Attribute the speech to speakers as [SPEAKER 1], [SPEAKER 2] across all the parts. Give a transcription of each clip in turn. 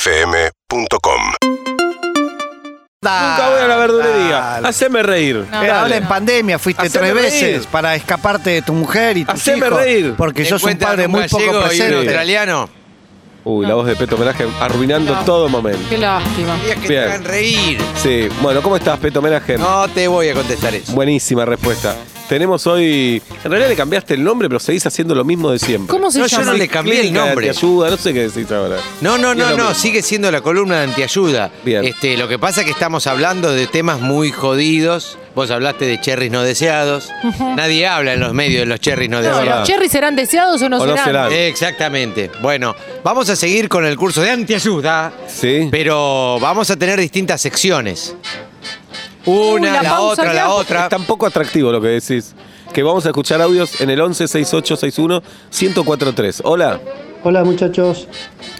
[SPEAKER 1] UrbanaPlayFM.com
[SPEAKER 2] Nunca voy a la verdulería.
[SPEAKER 3] Dale.
[SPEAKER 2] Haceme reír.
[SPEAKER 4] No,
[SPEAKER 3] Eh,
[SPEAKER 4] no,
[SPEAKER 3] habla
[SPEAKER 4] no.
[SPEAKER 3] en pandemia fuiste
[SPEAKER 2] Haceme
[SPEAKER 3] tres veces
[SPEAKER 2] reír.
[SPEAKER 3] para escaparte de tu mujer y tus
[SPEAKER 2] Haceme
[SPEAKER 3] hijos,
[SPEAKER 2] reír.
[SPEAKER 3] Porque sos un
[SPEAKER 5] Encuentran
[SPEAKER 3] padre muy poco
[SPEAKER 5] gallego Y un
[SPEAKER 3] presente.
[SPEAKER 5] australiano.
[SPEAKER 2] Uy, la voz de Peto Homenaje arruinando
[SPEAKER 4] No.
[SPEAKER 2] todo momento.
[SPEAKER 4] Qué lástima.
[SPEAKER 5] Quería que
[SPEAKER 2] Bien.
[SPEAKER 5] te hagan reír.
[SPEAKER 2] Sí, bueno, ¿cómo estás, Peto Homenaje?
[SPEAKER 5] No te voy a contestar eso.
[SPEAKER 2] Buenísima respuesta. Tenemos hoy. En realidad le cambiaste el nombre, pero seguís haciendo lo mismo de siempre.
[SPEAKER 4] ¿Cómo se
[SPEAKER 5] No, yo
[SPEAKER 4] llama?
[SPEAKER 5] no le cambié el
[SPEAKER 2] Clínica de
[SPEAKER 5] nombre.
[SPEAKER 2] Antiayuda, no sé qué decís ahora.
[SPEAKER 5] No, no,
[SPEAKER 2] Bien,
[SPEAKER 5] no,
[SPEAKER 2] hombre.
[SPEAKER 5] no, sigue siendo la columna de antiayuda.
[SPEAKER 2] Bien.
[SPEAKER 5] Este, lo que pasa es que estamos hablando de temas muy jodidos. Vos hablaste de cherries no deseados. Nadie habla en los medios de los cherries no
[SPEAKER 4] No,
[SPEAKER 5] deseados.
[SPEAKER 2] verdad.
[SPEAKER 4] ¿Los cherries serán deseados o no
[SPEAKER 2] O no
[SPEAKER 4] serán?
[SPEAKER 2] serán.
[SPEAKER 5] Exactamente. Bueno, vamos a seguir con el curso de antiayuda,
[SPEAKER 2] Sí.
[SPEAKER 5] pero vamos a tener distintas secciones.
[SPEAKER 4] Uy,
[SPEAKER 5] Una,
[SPEAKER 4] la
[SPEAKER 5] la,
[SPEAKER 4] pausa,
[SPEAKER 5] otra, la
[SPEAKER 4] claro.
[SPEAKER 5] otra.
[SPEAKER 2] Es tan poco atractivo lo que decís. Que vamos a escuchar audios en el 11 68 61 1043. Hola.
[SPEAKER 6] Hola muchachos.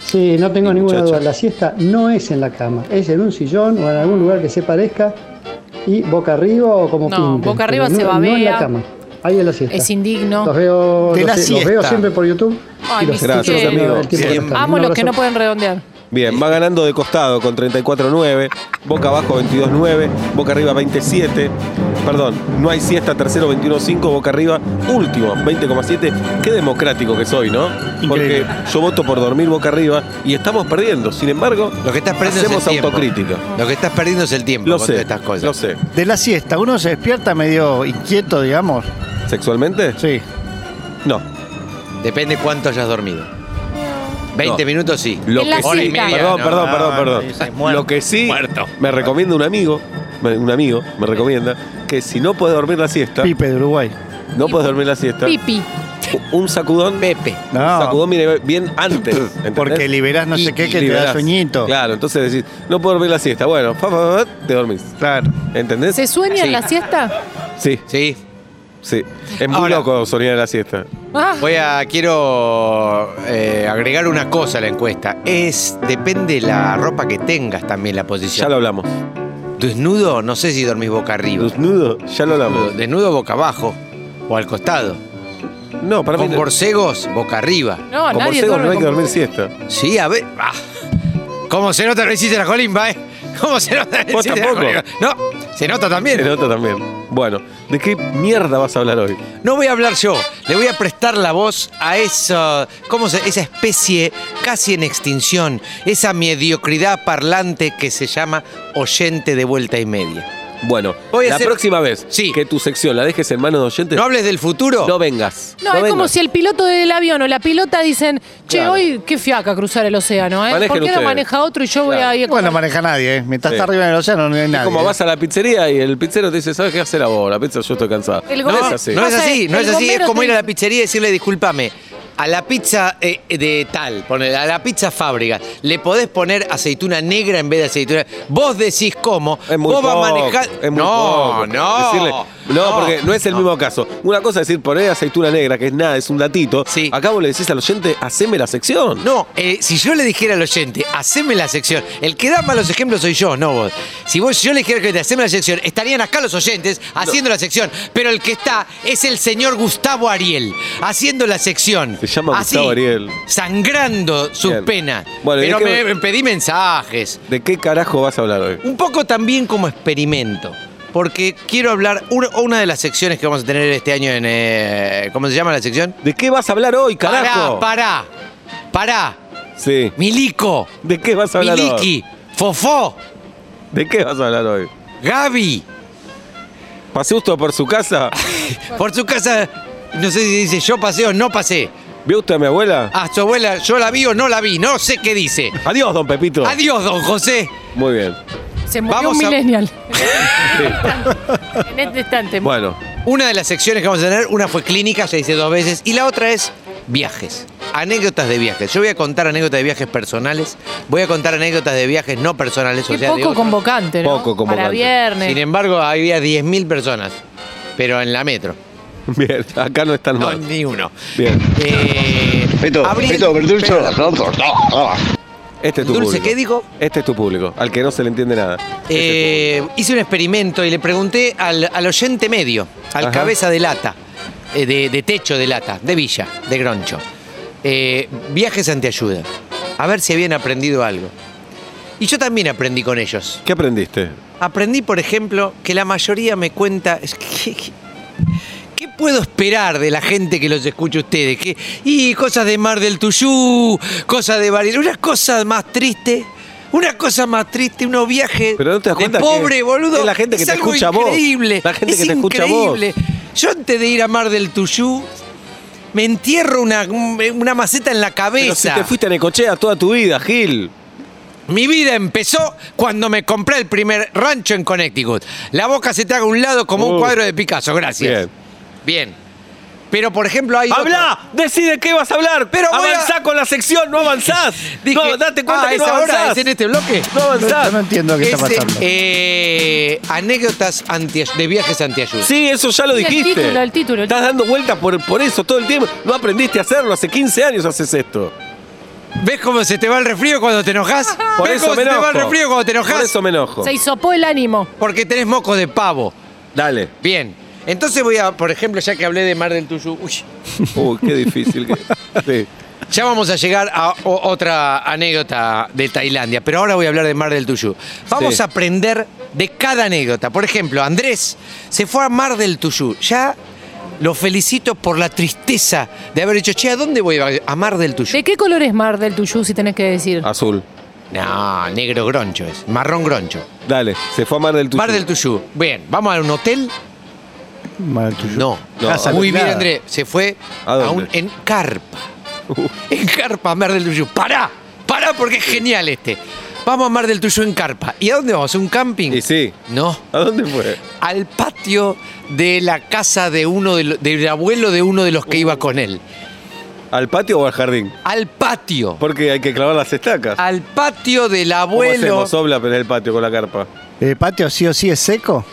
[SPEAKER 6] Sí, no tengo
[SPEAKER 2] Sí,
[SPEAKER 6] ninguna
[SPEAKER 2] muchacho.
[SPEAKER 6] duda. La siesta no es en la cama, es en un sillón o en algún lugar que se parezca y boca arriba o como
[SPEAKER 4] No,
[SPEAKER 6] pinte,
[SPEAKER 4] boca
[SPEAKER 6] pero
[SPEAKER 4] arriba se
[SPEAKER 6] no, No en
[SPEAKER 4] babea.
[SPEAKER 6] la cama. Ahí es la siesta.
[SPEAKER 4] Es indigno.
[SPEAKER 6] Los veo,
[SPEAKER 3] De
[SPEAKER 6] los,
[SPEAKER 3] la
[SPEAKER 6] los
[SPEAKER 3] siesta.
[SPEAKER 6] veo siempre por YouTube.
[SPEAKER 4] Ay,
[SPEAKER 6] y los
[SPEAKER 4] mis
[SPEAKER 2] Gracias,
[SPEAKER 6] escucho
[SPEAKER 2] amigos.
[SPEAKER 6] el tiempo que
[SPEAKER 5] Bien.
[SPEAKER 6] no están.
[SPEAKER 4] Amo
[SPEAKER 6] Un
[SPEAKER 4] los que
[SPEAKER 6] abrazo.
[SPEAKER 4] no pueden redondear.
[SPEAKER 2] Bien, va ganando de costado con 34-9, Boca abajo 22-9, Boca arriba 27, perdón, no hay siesta, tercero 21-5, Boca arriba último 20,7. Qué democrático que soy, ¿no? Porque
[SPEAKER 3] Increíble.
[SPEAKER 2] yo voto por dormir Boca arriba y estamos perdiendo, sin embargo,
[SPEAKER 5] Lo que estás perdiendo
[SPEAKER 2] hacemos
[SPEAKER 5] es el tiempo.
[SPEAKER 2] autocrítica.
[SPEAKER 5] Lo que estás perdiendo es el tiempo
[SPEAKER 2] Lo
[SPEAKER 5] con
[SPEAKER 2] sé,
[SPEAKER 5] todas estas cosas.
[SPEAKER 2] lo sé.
[SPEAKER 3] De la siesta, uno se despierta medio inquieto, digamos.
[SPEAKER 2] ¿Sexualmente?
[SPEAKER 3] Sí.
[SPEAKER 2] No.
[SPEAKER 5] Depende cuánto hayas dormido. 20
[SPEAKER 2] No.
[SPEAKER 5] minutos sí.
[SPEAKER 2] Lo
[SPEAKER 4] En la
[SPEAKER 2] que
[SPEAKER 5] Hora
[SPEAKER 2] sí.
[SPEAKER 5] y
[SPEAKER 4] siesta.
[SPEAKER 5] media,
[SPEAKER 2] Perdón,
[SPEAKER 5] no,
[SPEAKER 2] perdón,
[SPEAKER 3] no,
[SPEAKER 2] perdón,
[SPEAKER 3] no,
[SPEAKER 2] perdón.
[SPEAKER 3] dice muerto.
[SPEAKER 2] Lo que sí me recomienda un amigo, me- un amigo me recomienda que si no puedes dormir la siesta,
[SPEAKER 3] Pipe de Uruguay.
[SPEAKER 2] no puedes dormir la siesta,
[SPEAKER 4] Pipi.
[SPEAKER 2] un sacudón
[SPEAKER 5] Pepe.
[SPEAKER 3] No,
[SPEAKER 2] Sacudón, mire, bien antes. ¿entendés?
[SPEAKER 3] porque liberás no sé qué que te
[SPEAKER 2] Liberás.
[SPEAKER 3] da sueñito.
[SPEAKER 2] Claro, entonces decís, no puedo dormir la siesta. Bueno, fa, fa, fa, te dormís.
[SPEAKER 3] Claro.
[SPEAKER 2] ¿Entendés?
[SPEAKER 4] ¿Se sueña en
[SPEAKER 5] Sí.
[SPEAKER 4] la siesta?
[SPEAKER 2] Sí,
[SPEAKER 5] Sí.
[SPEAKER 2] sí. Es muy
[SPEAKER 5] Ahora-
[SPEAKER 2] loco soñar en la siesta.
[SPEAKER 4] Ah,
[SPEAKER 5] Voy a. Quiero eh, agregar una cosa a la encuesta. Es. Depende la ropa que tengas también la
[SPEAKER 2] Ya
[SPEAKER 5] posición.
[SPEAKER 2] lo hablamos.
[SPEAKER 5] Desnudo, no sé si dormís boca arriba.
[SPEAKER 2] Desnudo, ya lo hablamos.
[SPEAKER 5] Desnudo boca abajo. O al costado.
[SPEAKER 2] No, para mí.
[SPEAKER 5] Con borcegos, boca arriba.
[SPEAKER 4] no,
[SPEAKER 2] con
[SPEAKER 4] nadie
[SPEAKER 2] borcegos
[SPEAKER 4] duerme
[SPEAKER 2] no hay que
[SPEAKER 4] con-
[SPEAKER 2] dormir siesta.
[SPEAKER 5] Sí, a ver. ah. ¿Cómo se nota que hiciste la colimba, eh? ¿Cómo se nota que
[SPEAKER 2] Vos
[SPEAKER 5] hiciste la
[SPEAKER 2] tampoco.
[SPEAKER 5] colimba? No, se nota también.
[SPEAKER 2] El otro también. Bueno, ¿de qué mierda vas a hablar hoy?
[SPEAKER 5] No voy a hablar yo, le voy a prestar la voz a esa, ¿cómo se- esa especie casi en extinción, esa mediocridad parlante que se llama oyente de vuelta y media.
[SPEAKER 2] Bueno,
[SPEAKER 5] Voy a
[SPEAKER 2] la
[SPEAKER 5] hacer-
[SPEAKER 2] próxima vez
[SPEAKER 5] Sí.
[SPEAKER 2] que tu sección la dejes en manos de oyentes,
[SPEAKER 5] ¿No hables del futuro?
[SPEAKER 2] no vengas.
[SPEAKER 4] No, es como
[SPEAKER 2] vengas.
[SPEAKER 4] si el piloto del avión o la pilota dicen, che,
[SPEAKER 2] Claro.
[SPEAKER 4] hoy qué fiaca cruzar el océano, ¿eh?
[SPEAKER 2] Manejen
[SPEAKER 4] ¿Por qué
[SPEAKER 2] ustedes.
[SPEAKER 4] no maneja otro y yo voy
[SPEAKER 2] Claro.
[SPEAKER 4] a ir a
[SPEAKER 3] Igual no
[SPEAKER 4] comer?
[SPEAKER 3] maneja nadie, ¿eh? Mientras
[SPEAKER 2] Sí.
[SPEAKER 3] está arriba en el océano no hay nadie.
[SPEAKER 2] Es como
[SPEAKER 3] ¿eh?
[SPEAKER 2] vas a la pizzería y el pizzero te dice, ¿sabes qué hacer a vos? La pizza yo estoy cansada.
[SPEAKER 4] El
[SPEAKER 2] no
[SPEAKER 4] gobierno-
[SPEAKER 2] es así.
[SPEAKER 5] No es
[SPEAKER 4] Pasa,
[SPEAKER 5] así, no
[SPEAKER 4] el
[SPEAKER 5] es así. Es
[SPEAKER 4] bombero
[SPEAKER 5] como
[SPEAKER 4] te
[SPEAKER 5] ir a la
[SPEAKER 4] dice-
[SPEAKER 5] pizzería y decirle, discúlpame, a la pizza eh, de tal, ponele, a la pizza fábrica, le podés poner aceituna negra en vez de aceituna. Vos decís cómo,
[SPEAKER 2] Es muy
[SPEAKER 5] vos
[SPEAKER 2] poco,
[SPEAKER 5] vas a manejar.
[SPEAKER 2] es muy
[SPEAKER 5] no,
[SPEAKER 2] poco.
[SPEAKER 5] no,
[SPEAKER 2] Decirle- no, porque no es el
[SPEAKER 5] no.
[SPEAKER 2] mismo caso. Una cosa es decir, poné aceituna negra, que es nada, es un datito.
[SPEAKER 5] Sí.
[SPEAKER 2] Acá vos le decís al oyente, haceme la sección.
[SPEAKER 5] No, eh, si yo le dijera al oyente, haceme la sección, el que da malos ejemplos soy yo, no vos. Si vos si yo le dijera al oyente, haceme la sección, estarían acá los oyentes haciendo la sección, pero el que está es el señor Gustavo Ariel, haciendo la sección.
[SPEAKER 2] Se llama
[SPEAKER 5] Así,
[SPEAKER 2] Gustavo Ariel.
[SPEAKER 5] Sangrando sus
[SPEAKER 2] Bien.
[SPEAKER 5] penas.
[SPEAKER 2] Bueno, ¿y
[SPEAKER 5] pero
[SPEAKER 2] de
[SPEAKER 5] me,
[SPEAKER 2] qué-
[SPEAKER 5] me pedí mensajes.
[SPEAKER 2] ¿De qué carajo vas a hablar hoy?
[SPEAKER 5] Un poco también como experimento. Porque quiero hablar, una, una de las secciones que vamos a tener este año en... eh, ¿Cómo se llama la sección?
[SPEAKER 2] ¿De qué vas a hablar hoy, carajo?
[SPEAKER 5] Pará, pará, pará.
[SPEAKER 2] Sí.
[SPEAKER 5] Milico.
[SPEAKER 2] ¿De qué vas a hablar hoy?
[SPEAKER 5] Miliki, Fofó,
[SPEAKER 2] ¿De qué vas a hablar hoy?
[SPEAKER 5] Gaby,
[SPEAKER 2] ¿Pasé usted por su casa?
[SPEAKER 5] por su casa, no sé si dice yo pasé o no pasé.
[SPEAKER 2] ¿Vio usted a mi abuela?
[SPEAKER 5] A su abuela, yo la vi o no la vi, no sé qué dice.
[SPEAKER 2] Adiós, don Pepito.
[SPEAKER 5] Adiós, don José.
[SPEAKER 2] Muy bien.
[SPEAKER 4] Se murió
[SPEAKER 5] Vamos
[SPEAKER 4] un
[SPEAKER 5] a-
[SPEAKER 4] millennial. en este instante.
[SPEAKER 2] Bueno,
[SPEAKER 5] Una de las secciones que vamos a tener, una fue clínica, ya hice dos veces, y la otra es viajes. Anécdotas de viajes. Yo voy a contar anécdotas de viajes personales, voy a contar anécdotas de viajes no personales. o
[SPEAKER 4] Qué
[SPEAKER 5] sea, de
[SPEAKER 4] poco eh.
[SPEAKER 5] otros.
[SPEAKER 4] convocante, ¿no?
[SPEAKER 2] Poco convocante.
[SPEAKER 4] Para viernes.
[SPEAKER 5] Sin embargo, había 10.000 personas, pero en la metro.
[SPEAKER 2] bien. Acá no están
[SPEAKER 5] No,
[SPEAKER 2] mal.
[SPEAKER 5] ni uno.
[SPEAKER 2] Bien.
[SPEAKER 5] Eh, abril- pero-
[SPEAKER 2] Este es tu
[SPEAKER 5] Dulce,
[SPEAKER 2] público.
[SPEAKER 5] ¿qué dijo?
[SPEAKER 2] Este es tu público, al que no se le entiende nada. Este es tu
[SPEAKER 5] Eh, hice un experimento y le pregunté al, al oyente medio, al
[SPEAKER 2] Ajá.
[SPEAKER 5] cabeza de lata, eh, de, de techo de lata, de villa, de groncho. Eh, viajes ante ayuda. a ver si habían aprendido algo. Y yo también aprendí con ellos.
[SPEAKER 2] ¿Qué aprendiste?
[SPEAKER 5] Aprendí, por ejemplo, que la mayoría me cuenta. es que- que- ¿Qué puedo esperar de la gente que los escucha a ustedes? Que, y cosas de Mar del Tuyú, cosas de Bariloche, una cosa más triste. Una cosa más triste, unos viajes
[SPEAKER 2] Pero no te das
[SPEAKER 5] de
[SPEAKER 2] cuenta que
[SPEAKER 5] pobre, boludo.
[SPEAKER 2] es la gente que te
[SPEAKER 5] algo
[SPEAKER 2] escucha a vos.
[SPEAKER 5] increíble.
[SPEAKER 2] La gente
[SPEAKER 5] es
[SPEAKER 2] que te escucha a vos.
[SPEAKER 5] increíble. Yo antes de ir a Mar del Tuyú, me entierro una, una maceta en la
[SPEAKER 2] Pero
[SPEAKER 5] cabeza.
[SPEAKER 2] si te fuiste a Necochea toda tu vida, Gil.
[SPEAKER 5] Mi vida empezó cuando me compré el primer rancho en Connecticut. La boca se te haga a un lado como
[SPEAKER 2] Uh.
[SPEAKER 5] un cuadro de Picasso, gracias.
[SPEAKER 2] Bien.
[SPEAKER 5] Bien. Pero, por ejemplo, hay. otro-
[SPEAKER 2] ¡Habla! Decide qué vas a hablar.
[SPEAKER 5] Pero voy a-
[SPEAKER 2] avanzá con la sección, no avanzás.
[SPEAKER 5] Dije,
[SPEAKER 2] no, date cuenta
[SPEAKER 5] ah,
[SPEAKER 2] que
[SPEAKER 5] ¿es
[SPEAKER 2] no
[SPEAKER 5] ahora?
[SPEAKER 2] avanzás.
[SPEAKER 5] ¿Es en este bloque?
[SPEAKER 2] No
[SPEAKER 3] Yo
[SPEAKER 2] avanzás.
[SPEAKER 3] no entiendo qué está
[SPEAKER 5] Ese,
[SPEAKER 3] pasando.
[SPEAKER 5] eh, anécdotas anti- de viajes antiayuda.
[SPEAKER 2] Sí, eso ya lo
[SPEAKER 4] Sí, el
[SPEAKER 2] dijiste.
[SPEAKER 4] título, el título, el
[SPEAKER 2] Estás dando vueltas por, por eso todo el tiempo. No aprendiste a hacerlo. Hace 15 años haces esto.
[SPEAKER 5] ¿Ves cómo se te va el resfrío cuando te enojas?
[SPEAKER 2] Por
[SPEAKER 5] ¿Ves
[SPEAKER 2] eso
[SPEAKER 5] cómo
[SPEAKER 2] me
[SPEAKER 5] se te
[SPEAKER 2] enojo.
[SPEAKER 5] va el resfrío cuando te
[SPEAKER 2] Por
[SPEAKER 5] enojas?
[SPEAKER 2] eso me enojo.
[SPEAKER 4] Se hisopó el ánimo.
[SPEAKER 5] Porque tenés moco de pavo.
[SPEAKER 2] Dale.
[SPEAKER 5] Bien. Entonces voy a, por ejemplo, ya que hablé de Mar del Tuyú. Uy.
[SPEAKER 2] Uy, qué difícil. que- Sí.
[SPEAKER 5] Ya vamos a llegar a o- otra anécdota de Tailandia, pero ahora voy a hablar de Mar del Tuyú. Vamos
[SPEAKER 2] Sí.
[SPEAKER 5] a aprender de cada anécdota. Por ejemplo, Andrés se fue a Mar del Tuyú. Ya lo felicito por la tristeza de haber dicho, che, ¿a dónde voy? A- A Mar del Tuyú.
[SPEAKER 4] ¿De qué color es Mar del Tuyú si tenés que decir?
[SPEAKER 2] Azul.
[SPEAKER 5] No, negro groncho es, marrón groncho.
[SPEAKER 2] Dale. Se fue a Mar del Tuyú.
[SPEAKER 5] Mar del Tuyú. Bien, ¿vamos a un hotel?
[SPEAKER 3] Mal tuyo.
[SPEAKER 5] No.
[SPEAKER 2] No.
[SPEAKER 3] Casa
[SPEAKER 5] Muy bien,
[SPEAKER 3] alquilada.
[SPEAKER 5] Andrés. Se fue
[SPEAKER 2] Ah, ¿A
[SPEAKER 5] a,
[SPEAKER 2] dónde? Uh.
[SPEAKER 5] un, en carpa. En carpa, Mar del Tuyú. ¡Pará! ¡Pará porque es genial este! Vamos a Mar del Tuyú en carpa. ¿Y a dónde vamos? ¿A un camping?
[SPEAKER 2] Y sí.
[SPEAKER 5] No.
[SPEAKER 2] ¿A dónde fue?
[SPEAKER 5] Al patio de la casa de uno de lo- del abuelo de uno de los que
[SPEAKER 2] Uh.
[SPEAKER 5] iba con él.
[SPEAKER 2] ¿Al patio o al jardín?
[SPEAKER 5] Al patio.
[SPEAKER 2] Porque hay que clavar las estacas.
[SPEAKER 5] Al patio del
[SPEAKER 2] ¿Cómo
[SPEAKER 5] abuelo.
[SPEAKER 2] hacemos obla en el patio con la carpa?
[SPEAKER 3] ¿El Eh, patio sí o sí es seco?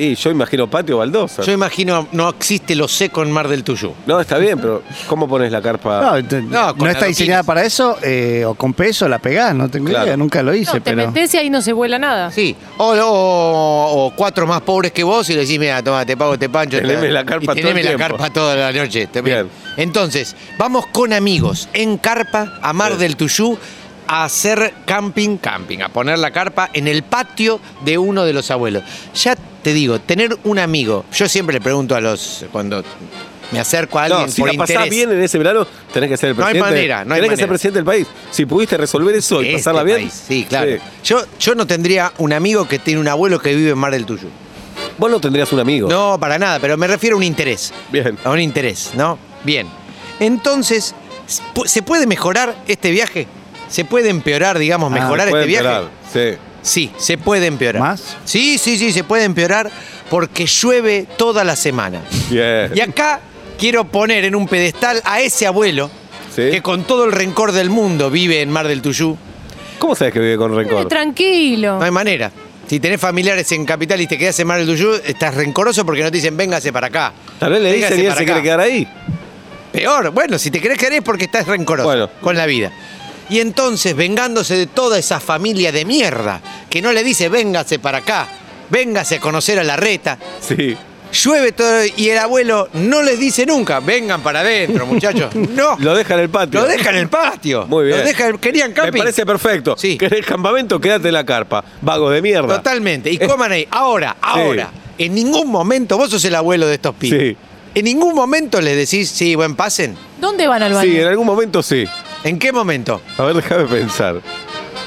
[SPEAKER 2] Y yo imagino patio baldosa.
[SPEAKER 5] Yo imagino no existe lo seco en Mar del Tuyú.
[SPEAKER 2] No, está bien, pero ¿cómo pones la
[SPEAKER 3] No,
[SPEAKER 2] carpa?
[SPEAKER 3] ent-
[SPEAKER 5] No,
[SPEAKER 3] no,
[SPEAKER 5] con
[SPEAKER 3] está diseñada
[SPEAKER 5] adoquines.
[SPEAKER 3] para eso, eh, o con peso la pegás, no tengo
[SPEAKER 2] Claro.
[SPEAKER 3] idea, nunca lo
[SPEAKER 4] No,
[SPEAKER 3] hice,
[SPEAKER 4] te
[SPEAKER 3] pero...
[SPEAKER 4] metés y ahí no se vuela nada.
[SPEAKER 5] Sí, o, o- o cuatro más pobres que vos y le decís, mira, toma, te pago este pancho.
[SPEAKER 2] Teneme
[SPEAKER 5] te-
[SPEAKER 2] la carpa
[SPEAKER 5] y
[SPEAKER 2] todo el
[SPEAKER 5] teneme la
[SPEAKER 2] tiempo".
[SPEAKER 5] carpa toda la noche. te-
[SPEAKER 2] Bien.
[SPEAKER 5] Entonces, vamos con amigos en carpa a Mar
[SPEAKER 2] Bien.
[SPEAKER 5] del Tuyú a hacer camping, camping, a poner la carpa en el patio de uno de los abuelos. Ya te digo, tener un amigo, yo siempre le pregunto a los, cuando me acerco a alguien
[SPEAKER 2] No, si
[SPEAKER 5] por
[SPEAKER 2] la pasás
[SPEAKER 5] interés.
[SPEAKER 2] bien en ese verano, tenés que ser el
[SPEAKER 5] No hay
[SPEAKER 2] presidente.
[SPEAKER 5] manera, no hay
[SPEAKER 2] tenés que ser
[SPEAKER 5] manera.
[SPEAKER 2] presidente del país. Si pudiste resolver eso y
[SPEAKER 5] este
[SPEAKER 2] pasarla bien.
[SPEAKER 5] país, Sí, claro. Yo, yo no tendría un amigo que tiene un abuelo que vive en Mar del Tuyú.
[SPEAKER 2] Vos no tendrías un amigo.
[SPEAKER 5] No, para nada, pero me refiero a un interés.
[SPEAKER 2] Bien.
[SPEAKER 5] A un interés, ¿no? Bien. Entonces, ¿se pu- ¿se puede mejorar este viaje? ¿Se puede empeorar, digamos,
[SPEAKER 3] Ah,
[SPEAKER 5] mejorar
[SPEAKER 2] Puede
[SPEAKER 5] este viaje?
[SPEAKER 2] empeorar, Sí.
[SPEAKER 5] Sí, se puede empeorar.
[SPEAKER 3] ¿Más?
[SPEAKER 5] Sí, sí, sí, se puede empeorar porque llueve toda la semana.
[SPEAKER 2] Bien.
[SPEAKER 5] Y acá quiero poner en un pedestal a ese abuelo
[SPEAKER 2] Sí.
[SPEAKER 5] que con todo el rencor del mundo vive en Mar del Tuyú.
[SPEAKER 2] ¿Cómo sabes que vive con
[SPEAKER 4] Eh,
[SPEAKER 2] rencor?
[SPEAKER 4] tranquilo.
[SPEAKER 5] No hay manera. Si tenés familiares en Capital y te quedás en Mar del Tuyú, estás rencoroso porque no te dicen, véngase para acá.
[SPEAKER 2] Tal vez le
[SPEAKER 5] Véngase
[SPEAKER 2] dicen y él
[SPEAKER 5] para
[SPEAKER 2] se
[SPEAKER 5] acá".
[SPEAKER 2] quiere quedar ahí.
[SPEAKER 5] Peor, bueno, si te querés querer es porque estás rencoroso
[SPEAKER 2] Bueno.
[SPEAKER 5] con la vida. Y entonces, vengándose de toda esa familia de mierda que no le dice, véngase para acá, véngase a conocer a la reta,
[SPEAKER 2] Sí.
[SPEAKER 5] llueve todo y el abuelo no les dice nunca, vengan para adentro, muchachos. No,
[SPEAKER 2] Lo deja en el patio.
[SPEAKER 5] lo deja en el patio.
[SPEAKER 2] Muy bien.
[SPEAKER 5] Lo deja, querían camping.
[SPEAKER 2] Me parece perfecto.
[SPEAKER 5] Sí.
[SPEAKER 2] ¿Querés campamento? Quédate en la carpa. Vago de mierda.
[SPEAKER 5] Totalmente. Y
[SPEAKER 2] Es-
[SPEAKER 5] coman ahí. Ahora, ahora. En ningún momento, vos sos el abuelo de estos pibes.
[SPEAKER 2] Sí.
[SPEAKER 5] En ningún momento les decís, sí, buen pasen.
[SPEAKER 4] ¿Dónde van al baño?
[SPEAKER 2] Sí, en algún momento sí.
[SPEAKER 5] ¿En qué momento?
[SPEAKER 2] A ver, déjame pensar.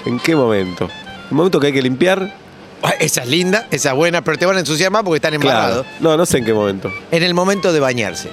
[SPEAKER 2] ¿En qué momento? ¿El momento que hay que limpiar?
[SPEAKER 5] Ah, Esa es linda, esa es buena, pero te van a ensuciar más porque están
[SPEAKER 2] Claro.
[SPEAKER 5] embarrados.
[SPEAKER 2] No, no sé en qué momento.
[SPEAKER 5] En el momento de bañarse.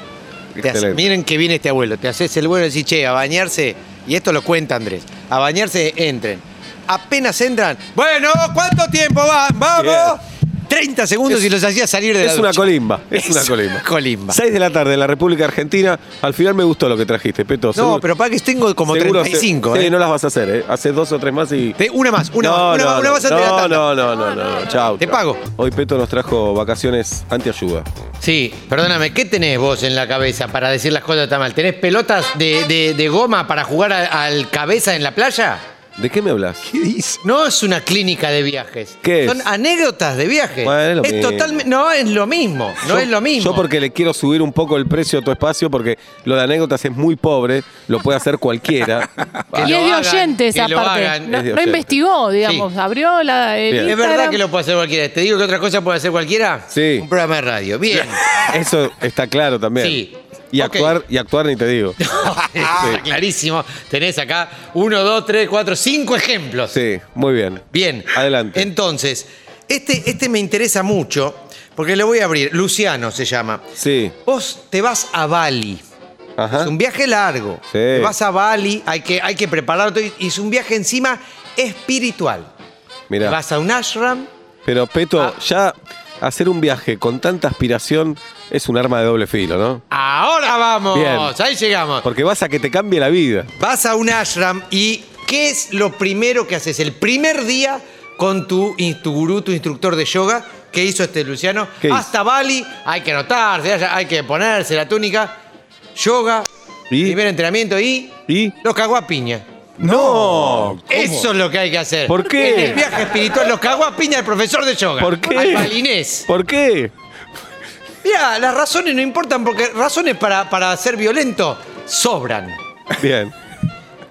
[SPEAKER 5] Te hace-
[SPEAKER 2] Excelente.
[SPEAKER 5] miren que viene este abuelo. Te haces el bueno y decís, che, a bañarse, y esto lo cuenta Andrés, a bañarse entren. Apenas entran, bueno, ¿cuánto tiempo van? ¡Vamos! 30 segundos y los hacías salir de la
[SPEAKER 2] Es una
[SPEAKER 5] ducha.
[SPEAKER 2] colimba. Es una colimba. 6 de la tarde en la República Argentina. Al final me gustó lo que trajiste, Peto.
[SPEAKER 5] No,
[SPEAKER 2] Seguro-
[SPEAKER 5] pero para que tengo como
[SPEAKER 2] seguro se-
[SPEAKER 5] 35.
[SPEAKER 2] Sí,
[SPEAKER 5] eh.
[SPEAKER 2] no las vas a hacer, ¿eh? Haces dos o tres más y.
[SPEAKER 5] Te- Una más, una
[SPEAKER 2] no,
[SPEAKER 5] más, una
[SPEAKER 2] no,
[SPEAKER 5] más, una
[SPEAKER 2] no,
[SPEAKER 5] más antes de la
[SPEAKER 2] no,
[SPEAKER 5] tanda.
[SPEAKER 2] no, no, no, no, no. Chao.
[SPEAKER 5] Te
[SPEAKER 2] chao.
[SPEAKER 5] pago.
[SPEAKER 2] Hoy Peto nos trajo vacaciones antiayuda.
[SPEAKER 5] Sí, perdóname, ¿qué tenés vos en la cabeza para decir las cosas tan mal? ¿Tenés pelotas de, de- de goma para jugar a- al cabeza en la playa?
[SPEAKER 2] ¿De qué me hablas?
[SPEAKER 5] ¿Qué dice? No es una clínica de viajes.
[SPEAKER 2] ¿Qué es?
[SPEAKER 5] Son anécdotas de viajes.
[SPEAKER 2] Bueno, es lo mismo.
[SPEAKER 5] totalmente. No es lo mismo. No
[SPEAKER 2] Yo-
[SPEAKER 5] es lo mismo.
[SPEAKER 2] Yo porque le quiero subir un poco el precio a tu espacio, porque lo de anécdotas es muy pobre, lo puede hacer cualquiera.
[SPEAKER 5] Que
[SPEAKER 4] y
[SPEAKER 5] lo
[SPEAKER 4] es de
[SPEAKER 5] hagan,
[SPEAKER 4] oyentes,
[SPEAKER 5] que lo
[SPEAKER 4] aparte.
[SPEAKER 5] hagan.
[SPEAKER 4] No,
[SPEAKER 2] Es de
[SPEAKER 4] no
[SPEAKER 2] oyentes.
[SPEAKER 4] investigó, digamos. Abrió la. el
[SPEAKER 2] Bien.
[SPEAKER 5] Es verdad
[SPEAKER 4] Instagram.
[SPEAKER 5] que lo puede hacer cualquiera. ¿Te digo que otra cosa puede hacer cualquiera?
[SPEAKER 2] Sí.
[SPEAKER 5] Un programa de radio. Bien.
[SPEAKER 2] Eso está claro también.
[SPEAKER 5] Sí.
[SPEAKER 2] Y
[SPEAKER 5] Ok.
[SPEAKER 2] actuar, y actuar ni te digo.
[SPEAKER 5] Está Ah, Clarísimo. Tenés acá uno, dos, tres, cuatro, cinco ejemplos.
[SPEAKER 2] Sí, muy bien.
[SPEAKER 5] Bien.
[SPEAKER 2] Adelante.
[SPEAKER 5] Entonces, este, este me interesa mucho porque lo voy a abrir. Luciano se llama.
[SPEAKER 2] Sí.
[SPEAKER 5] Vos te vas a Bali.
[SPEAKER 2] Ajá.
[SPEAKER 5] Es un viaje largo.
[SPEAKER 2] ¿Ah? Sí.
[SPEAKER 5] Te vas a Bali, hay que, hay que prepararte. Y es un viaje encima espiritual.
[SPEAKER 2] Mirá.
[SPEAKER 5] Vas a un ashram.
[SPEAKER 2] Pero Peto,
[SPEAKER 5] Ah.
[SPEAKER 2] ya hacer un viaje con tanta aspiración es un arma de doble filo, ¿no?
[SPEAKER 5] Ahora vamos.
[SPEAKER 2] Bien.
[SPEAKER 5] Ahí llegamos.
[SPEAKER 2] Porque vas a que te cambie la vida.
[SPEAKER 5] Vas a un ashram y ¿qué es lo primero que haces? El primer día con tu, in- tu gurú, tu instructor de yoga, ¿qué hizo este Luciano?
[SPEAKER 2] ¿Qué hizo?
[SPEAKER 5] Hasta Bali, hay que anotarse, hay- hay que ponerse la túnica, yoga,
[SPEAKER 2] ¿Y?
[SPEAKER 5] primer entrenamiento y,
[SPEAKER 2] ¿Y?
[SPEAKER 5] los cagó a piña.
[SPEAKER 2] ¡No!
[SPEAKER 5] Eso es lo que hay que hacer.
[SPEAKER 2] ¿Por qué?
[SPEAKER 5] En el viaje espiritual los cagó a piña el profesor de yoga.
[SPEAKER 2] ¿Por qué?
[SPEAKER 5] Al balinés.
[SPEAKER 2] ¿Por qué?
[SPEAKER 5] Mira, las razones no importan porque razones para, para ser violento sobran.
[SPEAKER 2] Bien.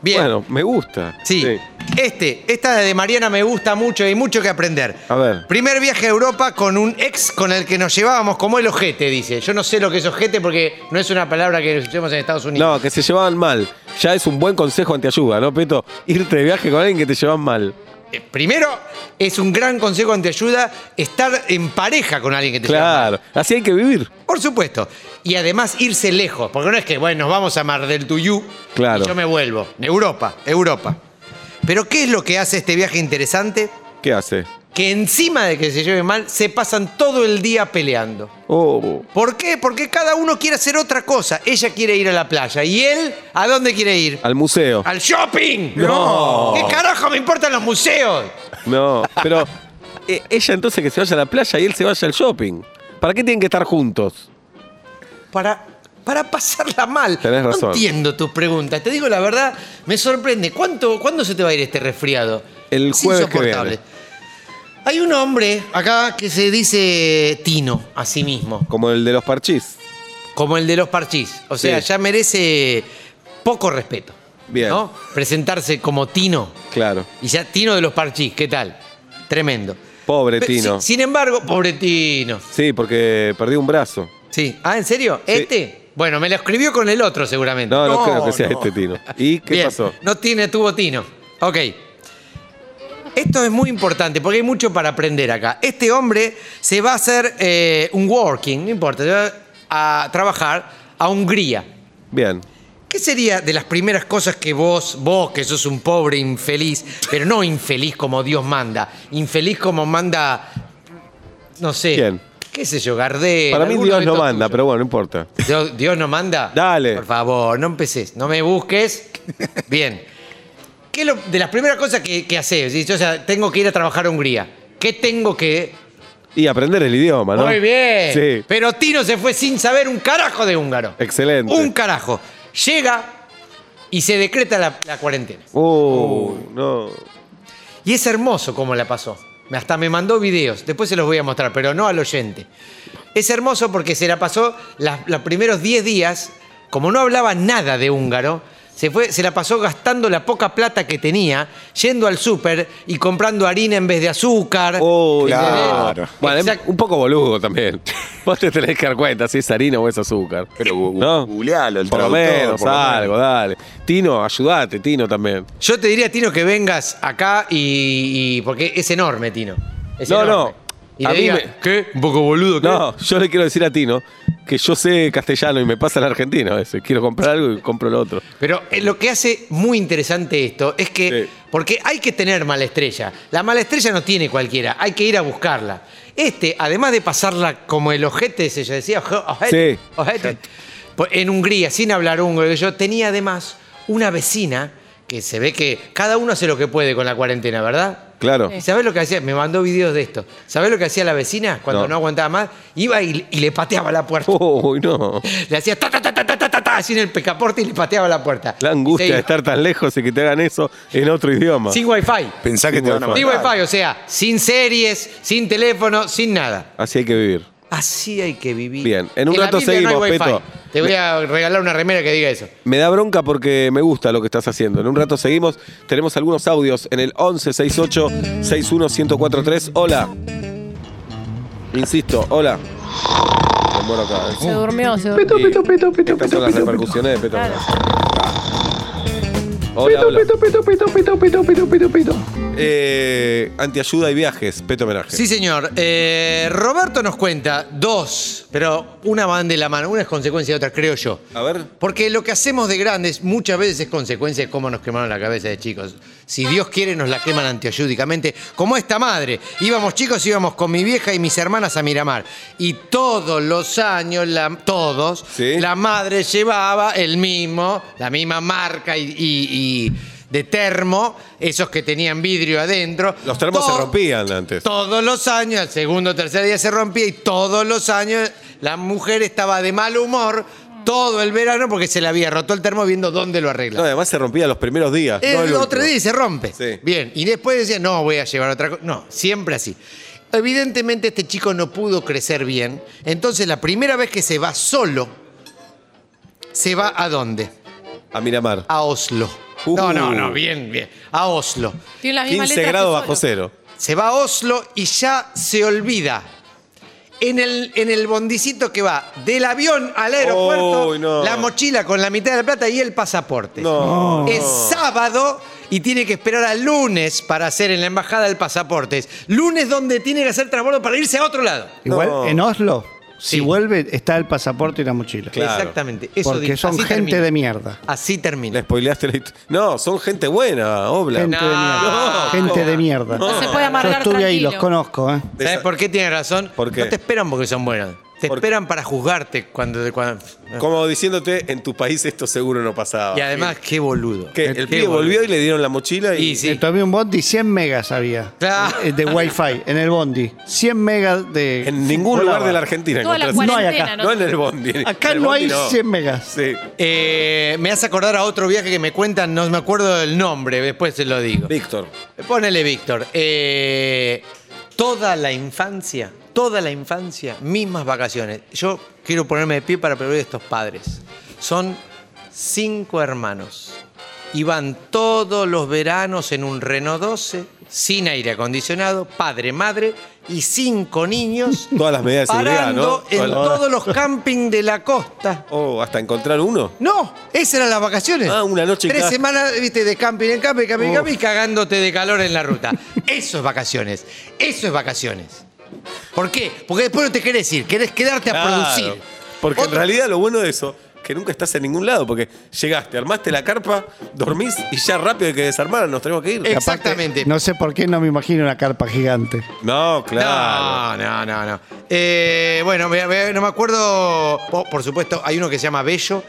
[SPEAKER 5] Bien.
[SPEAKER 2] Bueno, me gusta.
[SPEAKER 5] Sí. Este, esta de Mariana me gusta mucho, hay mucho que aprender.
[SPEAKER 2] A ver.
[SPEAKER 5] Primer viaje a Europa con un ex con el que nos llevábamos como el ojete, dice. Yo no sé lo que es ojete porque no es una palabra que usemos en Estados Unidos.
[SPEAKER 2] No, que se llevaban mal. Ya es un buen consejo antiayuda, ¿no, Peto? Irte de viaje con alguien que te llevan mal.
[SPEAKER 5] Eh, primero, es un gran consejo ante ayuda estar en pareja con alguien que te lleva mal.
[SPEAKER 2] Claro. Así hay que vivir.
[SPEAKER 5] Por supuesto. Y además irse lejos, porque no es que, bueno, nos vamos a Mar del Tuyú
[SPEAKER 2] Claro.
[SPEAKER 5] y yo me vuelvo. Europa, Europa. Pero ¿qué es lo que hace este viaje interesante?
[SPEAKER 2] ¿Qué hace?
[SPEAKER 5] que encima de que se lleven mal, se pasan todo el día peleando.
[SPEAKER 2] Oh.
[SPEAKER 5] ¿Por qué? Porque cada uno quiere hacer otra cosa. Ella quiere ir a la playa. ¿Y él a dónde quiere ir?
[SPEAKER 2] Al museo.
[SPEAKER 5] ¡Al shopping!
[SPEAKER 2] Ah. No.
[SPEAKER 5] ¿Qué carajo me importan los museos?
[SPEAKER 2] No, pero eh, ella entonces que se vaya a la playa y él se vaya al shopping. ¿Para qué tienen que estar juntos?
[SPEAKER 5] Para, para pasarla mal.
[SPEAKER 2] Tenés razón.
[SPEAKER 5] No entiendo tus preguntas. Te digo la verdad, me sorprende. ¿Cuánto, ¿Cuándo se te va a ir este resfriado?
[SPEAKER 2] El
[SPEAKER 5] Es
[SPEAKER 2] jueves que
[SPEAKER 5] insoportable.
[SPEAKER 2] viene.
[SPEAKER 5] Hay un hombre acá que se dice Tino a sí mismo.
[SPEAKER 2] Como el de los parchís.
[SPEAKER 5] como el de los parchís. O sea,
[SPEAKER 2] Sí.
[SPEAKER 5] ya merece poco respeto.
[SPEAKER 2] Bien.
[SPEAKER 5] ¿no? Presentarse como Tino.
[SPEAKER 2] Claro.
[SPEAKER 5] Y ya Tino de los parchís, ¿qué tal? Tremendo.
[SPEAKER 2] Pobre
[SPEAKER 5] Pe-
[SPEAKER 2] Tino.
[SPEAKER 5] si- sin embargo, pobre Tino.
[SPEAKER 2] Sí, porque perdí un brazo.
[SPEAKER 5] Sí. Ah, ¿en serio?
[SPEAKER 2] Sí.
[SPEAKER 5] ¿Este? Bueno, me lo escribió con el otro seguramente.
[SPEAKER 2] No, no, creo que sea este Tino. ¿Y qué
[SPEAKER 5] Bien,
[SPEAKER 2] pasó?
[SPEAKER 5] No tiene tubo Tino. Ok. Esto es muy importante porque hay mucho para aprender acá. Este hombre se va a hacer eh, un working, no importa, se va a trabajar a Hungría.
[SPEAKER 2] Bien.
[SPEAKER 5] ¿Qué sería de las primeras cosas que vos, vos que sos un pobre infeliz, pero no infeliz como Dios manda, infeliz como manda, no sé,
[SPEAKER 2] ¿Quién?
[SPEAKER 5] qué sé yo, Gardel?
[SPEAKER 2] Para mí
[SPEAKER 5] alguno de
[SPEAKER 2] Dios no
[SPEAKER 5] estos
[SPEAKER 2] manda,
[SPEAKER 5] tuyos.
[SPEAKER 2] pero bueno, no importa.
[SPEAKER 5] ¿Dios, Dios no manda?
[SPEAKER 2] Dale.
[SPEAKER 5] Por favor, no empeces, no me busques. Bien. ¿Qué es lo- de las primeras cosas que, que haces? Dices, O sea, tengo que ir a trabajar a Hungría. ¿Qué tengo que...?
[SPEAKER 2] Y aprender el idioma, ¿no?
[SPEAKER 5] Muy bien.
[SPEAKER 2] Sí.
[SPEAKER 5] Pero Tino se fue sin saber un carajo de húngaro.
[SPEAKER 2] Excelente.
[SPEAKER 5] Un carajo. Llega y se decreta la, la cuarentena.
[SPEAKER 2] Oh, no.
[SPEAKER 5] Y es hermoso cómo la pasó. Hasta me mandó videos, después se los voy a mostrar, pero no al oyente. Es hermoso porque se la pasó las- los primeros 10 días, como no hablaba nada de húngaro, se, fue, se la pasó gastando la poca plata que tenía, yendo al súper y comprando harina en vez de azúcar.
[SPEAKER 2] Oh,
[SPEAKER 5] Claro.
[SPEAKER 2] no. Bueno,
[SPEAKER 5] Exacto.
[SPEAKER 2] un poco boludo también. Vos te tenés que dar cuenta si es harina o es azúcar.
[SPEAKER 1] Pero gu- gu-
[SPEAKER 2] ¿No?
[SPEAKER 1] googlealo, el
[SPEAKER 2] Por lo
[SPEAKER 1] traductor,
[SPEAKER 2] menos,
[SPEAKER 1] por lo menos.
[SPEAKER 2] algo, dale. Tino, ayudate, Tino también.
[SPEAKER 5] Yo te diría, Tino, que vengas acá y. y- porque es enorme, Tino. Es
[SPEAKER 2] No,
[SPEAKER 5] enorme.
[SPEAKER 2] no.
[SPEAKER 5] Y
[SPEAKER 2] A
[SPEAKER 5] le
[SPEAKER 2] mí
[SPEAKER 5] diga,
[SPEAKER 2] me-
[SPEAKER 5] ¿Qué? ¿Un poco boludo? qué?".
[SPEAKER 2] No, yo le quiero decir a Tino que yo sé castellano y me pasa en Argentina a veces. Quiero comprar algo y compro lo otro.
[SPEAKER 5] Pero eh, lo que hace muy interesante esto es que.
[SPEAKER 2] Sí.
[SPEAKER 5] Porque hay que tener mala estrella. La mala estrella no tiene cualquiera, hay que ir a buscarla. Este, además de pasarla como el ojete, se decía, oje- ojete, pues,
[SPEAKER 2] Sí.
[SPEAKER 5] ojete, po- en Hungría, sin hablar húngaro, yo tenía además una vecina que se ve que cada uno hace lo que puede con la cuarentena, ¿verdad?
[SPEAKER 2] Claro.
[SPEAKER 5] ¿Y sabés lo que hacía? Me mandó videos de esto. ¿Sabés lo que hacía la vecina cuando
[SPEAKER 2] No.
[SPEAKER 5] no, aguantaba más? Iba y, y le pateaba la puerta.
[SPEAKER 2] Uy, no.
[SPEAKER 5] Le hacía ta ta ta ta ta ta ta, ta, así en el pecaporte y le pateaba la puerta.
[SPEAKER 2] La angustia
[SPEAKER 5] Sí.
[SPEAKER 2] de estar tan lejos y que te hagan eso en otro idioma.
[SPEAKER 5] Sin wifi.
[SPEAKER 1] Pensá que
[SPEAKER 2] Sí,
[SPEAKER 1] te van a
[SPEAKER 2] wifi.
[SPEAKER 5] Sin
[SPEAKER 1] matar.
[SPEAKER 5] wifi, o sea, sin series, sin teléfono, sin nada.
[SPEAKER 2] Así hay que vivir.
[SPEAKER 5] Así hay que vivir.
[SPEAKER 2] Bien, en un
[SPEAKER 5] la
[SPEAKER 2] rato
[SPEAKER 5] Biblia no hay
[SPEAKER 2] seguimos,
[SPEAKER 5] wifi.
[SPEAKER 2] Peto.
[SPEAKER 5] Te voy a regalar una remera que diga eso.
[SPEAKER 2] Me da bronca porque me gusta lo que estás haciendo. En un rato seguimos. Tenemos algunos audios en el 1168 1043 Hola. Insisto, hola. Me muero acá.
[SPEAKER 4] Se durmió, se durmió.
[SPEAKER 2] Y Estas son las repercusiones de Peto.
[SPEAKER 4] Claro.
[SPEAKER 2] Hola, hola. Eh, antiayuda y viajes, Peto Homenaje.
[SPEAKER 5] Sí, señor. Eh, Roberto nos cuenta dos, pero una van de la mano. Una es consecuencia de otra, creo yo.
[SPEAKER 2] A ver.
[SPEAKER 5] Porque lo que hacemos de grandes muchas veces es consecuencia de cómo nos quemaron la cabeza de chicos. Si Dios quiere, nos la queman antiayúdicamente, como esta madre. Íbamos chicos, íbamos con mi vieja y mis hermanas a Miramar. Y todos los años, la- todos,
[SPEAKER 2] Sí.
[SPEAKER 5] la madre llevaba el mismo, la misma marca y... y- y de termo, esos que tenían vidrio adentro.
[SPEAKER 2] Los termos se
[SPEAKER 5] To-
[SPEAKER 2] rompían antes.
[SPEAKER 5] todos los años, el segundo o tercer día se rompía y todos los años la mujer estaba de mal humor todo el verano porque se le había roto el termo viendo dónde lo
[SPEAKER 2] No,
[SPEAKER 5] arregla.
[SPEAKER 2] además se rompía los primeros días. no
[SPEAKER 5] el
[SPEAKER 2] el
[SPEAKER 5] otro
[SPEAKER 2] último.
[SPEAKER 5] día y se rompe.
[SPEAKER 2] Sí.
[SPEAKER 5] Bien, y después decía, no, voy a llevar otra cosa. No, siempre así. Evidentemente este chico no pudo crecer bien, entonces la primera vez que se va solo, se va a dónde?
[SPEAKER 2] A Miramar.
[SPEAKER 5] A Oslo.
[SPEAKER 2] Uh.
[SPEAKER 5] No, no, no, bien, bien. A Oslo.
[SPEAKER 4] Tiene las mismas
[SPEAKER 2] 15
[SPEAKER 4] letras que
[SPEAKER 2] grados
[SPEAKER 4] solo.
[SPEAKER 2] bajo cero.
[SPEAKER 5] Se va a Oslo y ya se olvida. En el, en el bondicito que va del avión al aeropuerto,
[SPEAKER 2] Uy, no.
[SPEAKER 5] la mochila con la mitad de la plata y el pasaporte.
[SPEAKER 2] No.
[SPEAKER 5] Es sábado y tiene que esperar al lunes para hacer en la embajada el pasaporte. Es Lunes donde tiene que hacer transbordo para irse a otro lado.
[SPEAKER 3] Igual
[SPEAKER 2] No.
[SPEAKER 3] en Oslo,
[SPEAKER 5] Sí.
[SPEAKER 3] si vuelve, está el pasaporte y la mochila.
[SPEAKER 2] Claro.
[SPEAKER 5] Exactamente. Eso
[SPEAKER 3] Porque
[SPEAKER 5] dice.
[SPEAKER 3] son
[SPEAKER 5] Así
[SPEAKER 3] gente
[SPEAKER 5] termina.
[SPEAKER 3] de mierda.
[SPEAKER 5] Así
[SPEAKER 2] La
[SPEAKER 5] termina.
[SPEAKER 2] spoileaste la historia. No, son gente buena, obla.
[SPEAKER 3] Gente de mierda.
[SPEAKER 5] No.
[SPEAKER 3] Gente de mierda.
[SPEAKER 4] No se puede
[SPEAKER 3] Yo
[SPEAKER 4] amargar
[SPEAKER 3] estuve ahí,
[SPEAKER 4] tranquilo.
[SPEAKER 3] los conozco, ¿eh?
[SPEAKER 2] de
[SPEAKER 5] ¿Sabes
[SPEAKER 2] esa-
[SPEAKER 5] por qué tiene razón?
[SPEAKER 2] ¿Por qué?
[SPEAKER 5] No te esperan porque son buenos. Te
[SPEAKER 2] Porque-
[SPEAKER 5] esperan para juzgarte cuando. cuando-
[SPEAKER 2] Como diciéndote, en tu país esto seguro no pasaba.
[SPEAKER 5] Y además, qué boludo.
[SPEAKER 2] Ah, Que
[SPEAKER 5] Qué
[SPEAKER 2] el pibe
[SPEAKER 5] boludo.
[SPEAKER 2] volvió y le dieron la mochila y.
[SPEAKER 5] Y sí.
[SPEAKER 3] Me tomé un bondi, 100 megas había.
[SPEAKER 5] Claro.
[SPEAKER 3] eh, De wifi, en el bondi. 100 megas de...
[SPEAKER 2] En ningún
[SPEAKER 3] Volaba.
[SPEAKER 2] lugar de la Argentina
[SPEAKER 4] Toda la
[SPEAKER 2] encontrás-
[SPEAKER 3] No hay
[SPEAKER 4] cuarentena,
[SPEAKER 3] acá.
[SPEAKER 2] No en el Bondi.
[SPEAKER 3] Acá
[SPEAKER 2] En el
[SPEAKER 3] no
[SPEAKER 2] bondi
[SPEAKER 3] hay 100 megas.
[SPEAKER 2] Sí.
[SPEAKER 5] Eh, me hace acordar a otro viaje que me cuentan, no me acuerdo del nombre, después se lo digo.
[SPEAKER 2] Víctor.
[SPEAKER 5] Ponele Víctor. Eh, toda la infancia, toda la infancia, mismas vacaciones. Yo quiero ponerme de pie para aplaudir a estos padres. Son cinco hermanos. Y van todos los veranos en un Renault 12, sin aire acondicionado, padre, madre y cinco niños.
[SPEAKER 2] Todas las medidas de seguridad, ¿no?
[SPEAKER 5] parando en
[SPEAKER 2] Todas las-
[SPEAKER 5] todos los campings de la costa.
[SPEAKER 2] Oh, hasta encontrar uno.
[SPEAKER 5] No, esas eran las vacaciones.
[SPEAKER 2] Ah, una noche en
[SPEAKER 5] Tres
[SPEAKER 2] cada-
[SPEAKER 5] semanas, viste, de camping en camping, camping, en
[SPEAKER 2] Uf.
[SPEAKER 5] camping, y cagándote de calor en la ruta. Eso es vacaciones. Eso es vacaciones. ¿Por qué? Porque después no te querés ir, querés quedarte a
[SPEAKER 2] Claro.
[SPEAKER 5] producir.
[SPEAKER 2] Porque en
[SPEAKER 5] Otra-
[SPEAKER 2] realidad lo bueno de eso, que nunca estás en ningún lado, porque llegaste, armaste la carpa, dormís y ya rápido hay que desarmar, nos tenemos que ir.
[SPEAKER 5] Eh.
[SPEAKER 3] Aparte,
[SPEAKER 5] Exactamente.
[SPEAKER 3] no sé por qué no me imagino una carpa gigante.
[SPEAKER 2] No, claro.
[SPEAKER 5] No, no, no, no. Eh, bueno, me- me- no me acuerdo. po- por supuesto, hay uno que se llama Bello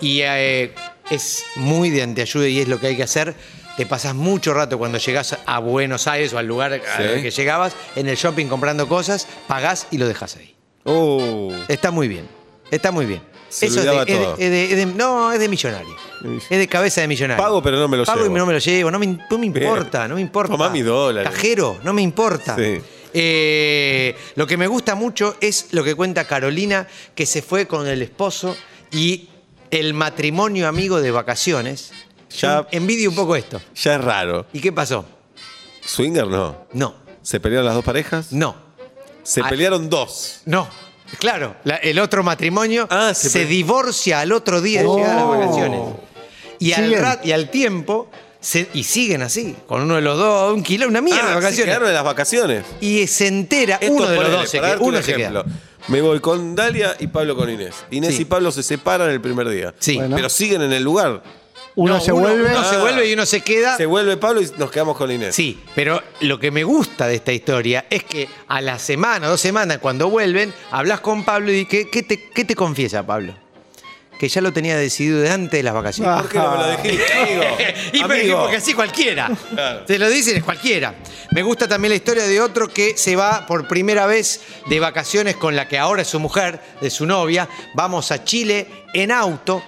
[SPEAKER 5] y eh, es muy de anteayuda y es lo que hay que hacer. Te pasas mucho rato cuando llegas a Buenos Aires o al lugar
[SPEAKER 2] Sí.
[SPEAKER 5] al que llegabas, en el shopping comprando cosas, pagás y lo dejas ahí.
[SPEAKER 2] Oh.
[SPEAKER 5] Está muy bien. Está muy bien.
[SPEAKER 2] Se
[SPEAKER 5] Eso es de,
[SPEAKER 2] olvidaba
[SPEAKER 5] es de-
[SPEAKER 2] todo.
[SPEAKER 5] es de- es de- no, es de millonario. Es de cabeza de millonario.
[SPEAKER 2] Pago, pero no me lo
[SPEAKER 5] Pago
[SPEAKER 2] llevo.
[SPEAKER 5] y no me lo llevo. No me, no me
[SPEAKER 2] Bien.
[SPEAKER 5] importa, no me importa.
[SPEAKER 2] Tomá mi dólar.
[SPEAKER 5] Cajero, no me importa.
[SPEAKER 2] Sí.
[SPEAKER 5] Eh, lo que me gusta mucho es lo que cuenta Carolina, que se fue con el esposo y el matrimonio amigo de vacaciones.
[SPEAKER 2] Ya-
[SPEAKER 5] Envidio un poco esto.
[SPEAKER 2] Ya es raro.
[SPEAKER 5] ¿Y qué pasó?
[SPEAKER 2] Swinger no.
[SPEAKER 5] No,
[SPEAKER 2] ¿Se pelearon las dos parejas?
[SPEAKER 5] no.
[SPEAKER 2] Se
[SPEAKER 5] Ah.
[SPEAKER 2] pelearon dos.
[SPEAKER 5] No, claro, la- el otro matrimonio
[SPEAKER 2] Ah,
[SPEAKER 5] se,
[SPEAKER 2] se Oh. pe-
[SPEAKER 5] divorcia al otro día de llegar a las vacaciones. Y al,
[SPEAKER 3] Siguen.
[SPEAKER 5] ra- y al tiempo, se- y siguen así, con uno de los dos, un kilo, una mierda de
[SPEAKER 2] Ah, se
[SPEAKER 5] vacaciones.
[SPEAKER 2] quedaron en las vacaciones.
[SPEAKER 5] y se entera
[SPEAKER 2] Esto
[SPEAKER 5] uno de los
[SPEAKER 2] ponele,
[SPEAKER 5] dos, se
[SPEAKER 2] para
[SPEAKER 5] queda-
[SPEAKER 2] darte un
[SPEAKER 5] uno se
[SPEAKER 2] ejemplo.
[SPEAKER 5] queda.
[SPEAKER 2] Me voy con Dalia y Pablo con Inés. Inés
[SPEAKER 5] Sí.
[SPEAKER 2] y Pablo se separan el primer día.
[SPEAKER 5] Sí.
[SPEAKER 3] Bueno.
[SPEAKER 2] Pero siguen en el lugar.
[SPEAKER 3] Uno
[SPEAKER 5] No,
[SPEAKER 3] se vuelve...
[SPEAKER 5] Uno se
[SPEAKER 2] Ah.
[SPEAKER 5] vuelve y uno se queda.
[SPEAKER 2] Se vuelve Pablo y nos quedamos con Inés.
[SPEAKER 5] Sí, pero lo que me gusta de esta historia es que a la semana, dos semanas, cuando vuelven, hablas con Pablo y ¿qué, qué te, qué te confiesa Pablo? que ya lo tenía decidido de antes de las vacaciones.
[SPEAKER 2] ¿Por qué no me lo dijiste, amigo?
[SPEAKER 5] y pero
[SPEAKER 2] Amigo.
[SPEAKER 5] porque así cualquiera.
[SPEAKER 2] Claro.
[SPEAKER 5] Te lo dicen es cualquiera. Me gusta también la historia de otro que se va por primera vez de vacaciones con la que ahora es su mujer, de su novia. Vamos a Chile en auto.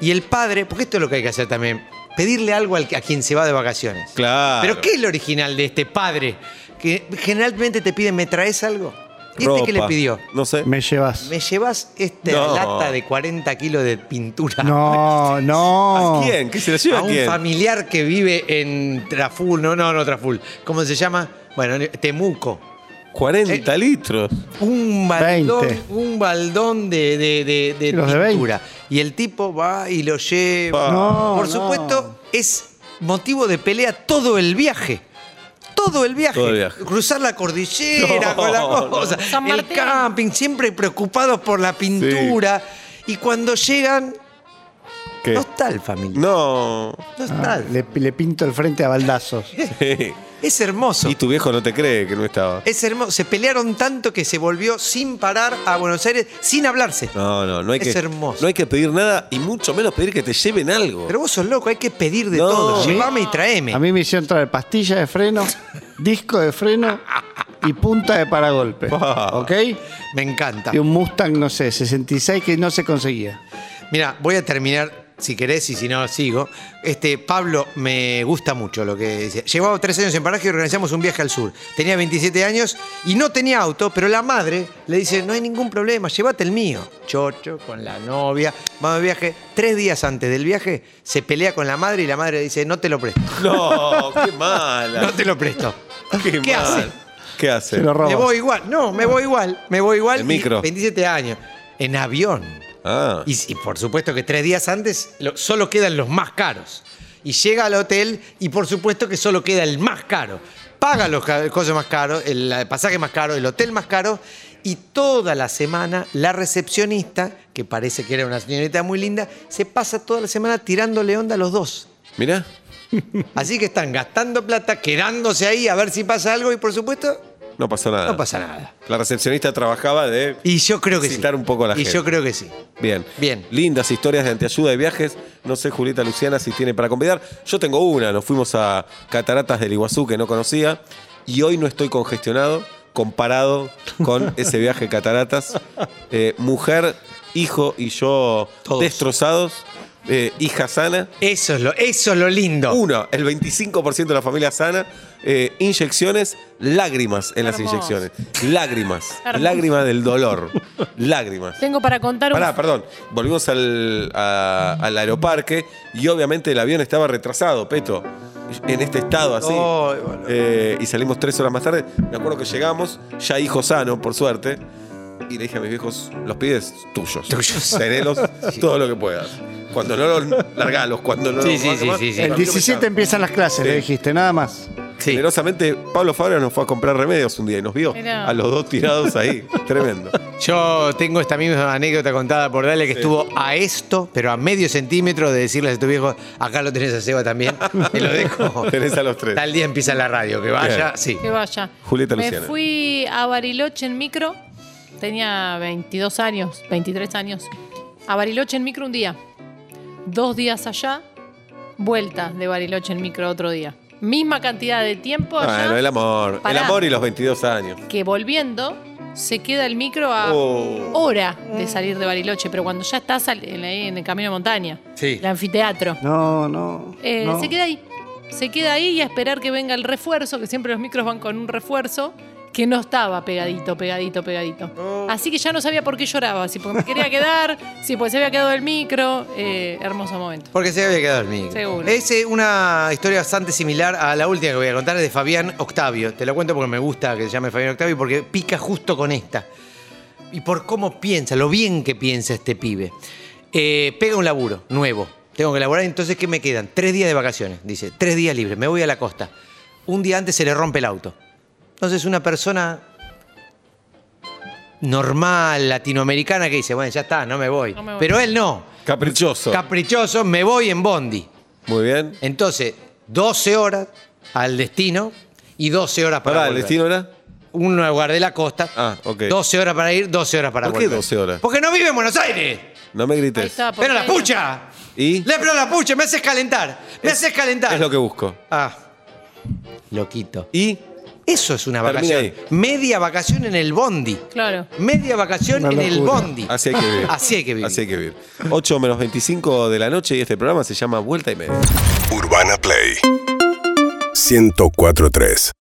[SPEAKER 5] Y el padre, porque esto es lo que hay que hacer también, pedirle algo al- a quien se va de vacaciones.
[SPEAKER 2] Claro.
[SPEAKER 5] Pero ¿qué es lo original de este padre? Que generalmente te piden, ¿me traes algo? ¿Y este qué le
[SPEAKER 2] Ropa.
[SPEAKER 5] pidió?
[SPEAKER 2] No sé.
[SPEAKER 3] Me llevas.
[SPEAKER 5] ¿Me llevas esta
[SPEAKER 2] No.
[SPEAKER 5] lata de 40 kilos de pintura?
[SPEAKER 3] No, no.
[SPEAKER 2] ¿A quién? ¿Qué se lo lleva
[SPEAKER 5] A
[SPEAKER 2] a
[SPEAKER 5] un
[SPEAKER 2] quién?
[SPEAKER 5] familiar que vive en Traful, no, no, no Traful. ¿Cómo se llama? Bueno, Temuco. Eh.
[SPEAKER 2] 40 litros.
[SPEAKER 5] Un baldón,
[SPEAKER 3] 20.
[SPEAKER 5] un baldón de, de, de, de
[SPEAKER 3] Los de
[SPEAKER 5] pintura. Y el tipo va y lo lleva.
[SPEAKER 2] Pa.
[SPEAKER 3] No,
[SPEAKER 5] Por
[SPEAKER 3] no.
[SPEAKER 5] supuesto, es motivo de pelea todo el viaje. Todo el viaje.
[SPEAKER 2] Todo el viaje.
[SPEAKER 5] Cruzar la cordillera
[SPEAKER 2] No,
[SPEAKER 5] con la
[SPEAKER 2] no.
[SPEAKER 5] cosa.
[SPEAKER 4] San
[SPEAKER 5] El
[SPEAKER 4] Martín.
[SPEAKER 5] camping, siempre preocupados por la pintura. Y cuando llegan,
[SPEAKER 2] ¿Qué?
[SPEAKER 5] no está el familiar.
[SPEAKER 2] No.
[SPEAKER 5] No está.
[SPEAKER 3] Ah, le, le pinto el frente a baldazos.
[SPEAKER 5] Es hermoso.
[SPEAKER 2] Y tu viejo no te cree que no estaba.
[SPEAKER 5] Es hermoso. Se pelearon tanto que se volvió sin parar a Buenos Aires, sin hablarse.
[SPEAKER 2] No, no, no hay
[SPEAKER 5] Es
[SPEAKER 2] que.
[SPEAKER 5] hermoso.
[SPEAKER 2] No hay que pedir nada y mucho menos pedir que te lleven algo.
[SPEAKER 5] Pero vos sos loco, hay que pedir de
[SPEAKER 2] No.
[SPEAKER 5] todo.
[SPEAKER 2] Sí.
[SPEAKER 5] Llévame y traeme.
[SPEAKER 3] A mí me hicieron traer pastilla de freno, disco de freno y punta de paragolpe.
[SPEAKER 2] Pa.
[SPEAKER 3] ¿Ok?
[SPEAKER 5] Me encanta.
[SPEAKER 3] Y un Mustang, no sé, 66 que no se conseguía.
[SPEAKER 5] Mira, voy a terminar, si querés y si no, sigo. Este, Pablo, me gusta mucho lo que dice. Llevaba tres años en paraje y organizamos un viaje al sur. Tenía 27 años y no tenía auto, pero la madre le dice, no hay ningún problema, llévate el mío. Chocho, con la novia, vamos de viaje. Tres días antes del viaje se pelea con la madre y la madre dice, no te lo presto.
[SPEAKER 2] No, qué mala.
[SPEAKER 5] No te lo presto.
[SPEAKER 2] qué
[SPEAKER 5] ¿Qué
[SPEAKER 2] mal.
[SPEAKER 5] hace?
[SPEAKER 2] ¿Qué hace?
[SPEAKER 3] Se lo
[SPEAKER 5] Me
[SPEAKER 3] roban.
[SPEAKER 5] voy igual. No, me voy igual. Me voy igual.
[SPEAKER 2] En
[SPEAKER 5] y
[SPEAKER 2] micro.
[SPEAKER 5] 27 años. En avión.
[SPEAKER 2] Ah.
[SPEAKER 5] Y, y por supuesto que tres días antes lo- solo quedan los más caros. Y llega al hotel y por supuesto que solo queda el más caro. Paga los ca- cosas más caros, el eh, pasaje más caro, el hotel más caro. Y toda la semana la recepcionista, que parece que era una señorita muy linda, se pasa toda la semana tirándole onda a los dos.
[SPEAKER 2] Mirá.
[SPEAKER 5] Así que están gastando plata, quedándose ahí a ver si pasa algo y por supuesto
[SPEAKER 2] No pasó nada.
[SPEAKER 5] no pasa nada.
[SPEAKER 2] La recepcionista trabajaba de.
[SPEAKER 5] Y yo creo que
[SPEAKER 2] Citar
[SPEAKER 5] sí.
[SPEAKER 2] un poco a la
[SPEAKER 5] y
[SPEAKER 2] gente.
[SPEAKER 5] yo creo que sí.
[SPEAKER 2] Bien.
[SPEAKER 5] Bien.
[SPEAKER 2] Lindas historias de anteayuda de viajes. No sé, Julieta Luciana, si tiene para convidar. Yo tengo una. Nos fuimos a Cataratas del Iguazú que no conocía. Y hoy no estoy congestionado comparado con ese viaje a Cataratas. Eh, mujer, hijo y yo
[SPEAKER 5] Todos.
[SPEAKER 2] destrozados. Eh, hija sana.
[SPEAKER 5] Eso es lo, eso es lo lindo.
[SPEAKER 2] Uno, el 25% de la familia sana. eh, inyecciones, lágrimas en las
[SPEAKER 4] Hermoso.
[SPEAKER 2] inyecciones. Lágrimas.
[SPEAKER 4] Hermoso.
[SPEAKER 2] lágrimas del dolor. Lágrimas.
[SPEAKER 4] Tengo para contar un...
[SPEAKER 2] Pará, perdón. Volvimos al, a- al aeroparque y obviamente el avión estaba retrasado, Peto. En este estado así.
[SPEAKER 5] Ay, boludo.
[SPEAKER 2] Eh, y salimos tres horas más tarde. Me acuerdo que llegamos, ya hijo sano, por suerte. Y le dije a mis viejos, los pides tuyos.
[SPEAKER 5] Tuyos.
[SPEAKER 2] Tenelos todo lo que puedas. Cuando no los largalos, cuando no
[SPEAKER 5] Sí,
[SPEAKER 2] los
[SPEAKER 5] sí,
[SPEAKER 2] vas a
[SPEAKER 5] sí,
[SPEAKER 2] más,
[SPEAKER 5] sí, sí.
[SPEAKER 2] cuando
[SPEAKER 3] El
[SPEAKER 2] no me
[SPEAKER 3] 17
[SPEAKER 2] cabe.
[SPEAKER 3] empiezan las clases,
[SPEAKER 2] Sí.
[SPEAKER 3] le dijiste, nada más.
[SPEAKER 5] Sí.
[SPEAKER 2] Generosamente, Pablo Fabra nos fue a comprar remedios un día y nos vio
[SPEAKER 4] Mirá.
[SPEAKER 2] a los dos tirados ahí. Tremendo.
[SPEAKER 5] Yo tengo esta misma anécdota contada por Dale que estuvo a esto, pero a medio centímetro de decirle a tu viejo, acá lo tenés a Seba también, te lo dejo.
[SPEAKER 2] Tenés a los tres.
[SPEAKER 5] Tal día empieza la radio, que vaya,
[SPEAKER 2] Bien.
[SPEAKER 5] sí.
[SPEAKER 4] Que vaya.
[SPEAKER 2] Julieta
[SPEAKER 4] Me
[SPEAKER 2] Luciana.
[SPEAKER 4] fui a Bariloche en micro. Tenía 22 años, 23 años. A Bariloche en micro un día. Dos días allá. Vuelta de Bariloche en micro otro día. Misma cantidad de tiempo allá.
[SPEAKER 2] Bueno, el amor.
[SPEAKER 4] Pará.
[SPEAKER 2] El amor y los 22 años.
[SPEAKER 4] Que volviendo se queda el micro a
[SPEAKER 2] Oh.
[SPEAKER 4] hora de salir de Bariloche. Pero cuando ya estás al- en, ahí en el camino de montaña.
[SPEAKER 5] Sí.
[SPEAKER 4] El anfiteatro.
[SPEAKER 3] No, no.
[SPEAKER 4] Eh,
[SPEAKER 3] no.
[SPEAKER 4] Se queda ahí. Se queda ahí y a esperar que venga el refuerzo, que siempre los micros van con un refuerzo, que no estaba pegadito, pegadito, pegadito.
[SPEAKER 5] Oh.
[SPEAKER 4] Así que ya no sabía por qué lloraba, si porque me quería quedar, si porque se había quedado el micro. eh, hermoso momento.
[SPEAKER 5] Porque se había quedado dormido.
[SPEAKER 4] Seguro.
[SPEAKER 5] Es eh, una historia bastante similar a la última que voy a contar, es de Fabián Octavio. Te la cuento porque me gusta que se llame Fabián Octavio, porque pica justo con esta. Y por cómo piensa, lo bien que piensa este pibe. Eh, pega un laburo nuevo. Tengo que laburar, entonces ¿qué me quedan? Tres días de vacaciones, dice. Tres días libres, me voy a la costa. Un día antes se le rompe el auto. Entonces una persona normal, latinoamericana, que dice, bueno, ya está, no me voy.
[SPEAKER 4] No me voy.
[SPEAKER 5] Pero él no
[SPEAKER 2] Caprichoso.
[SPEAKER 5] caprichoso, me voy en Bondi.
[SPEAKER 2] Muy bien.
[SPEAKER 5] Entonces, 12 horas al destino y 12 horas para
[SPEAKER 2] Pará, ¿el
[SPEAKER 5] volver.
[SPEAKER 2] destino era?
[SPEAKER 5] un lugar de la costa.
[SPEAKER 2] Ah, ok.
[SPEAKER 5] 12 horas para ir, 12 horas para
[SPEAKER 2] ¿Por qué
[SPEAKER 5] volver.
[SPEAKER 2] 12 horas?
[SPEAKER 5] Porque no vive en Buenos Aires.
[SPEAKER 2] No me grites.
[SPEAKER 4] Ahí está, porque
[SPEAKER 5] Pero la
[SPEAKER 4] ahí-
[SPEAKER 5] pucha.
[SPEAKER 2] ¿Y?
[SPEAKER 5] Le pero la pucha, me haces calentar. Me haces calentar.
[SPEAKER 2] Es lo que busco.
[SPEAKER 5] Ah. Loquito.
[SPEAKER 2] ¿Y?
[SPEAKER 5] Eso es una
[SPEAKER 2] Termina
[SPEAKER 5] vacación.
[SPEAKER 2] ahí.
[SPEAKER 5] Media vacación en el bondi.
[SPEAKER 4] Claro.
[SPEAKER 5] Media vacación
[SPEAKER 3] Una
[SPEAKER 5] en el
[SPEAKER 3] locura.
[SPEAKER 5] bondi.
[SPEAKER 2] Así hay que vivir.
[SPEAKER 5] Así hay que vivir.
[SPEAKER 2] Así hay que vivir. 8 menos 25 de la noche y este programa se llama Vuelta y Media.
[SPEAKER 1] Urbana Play 1043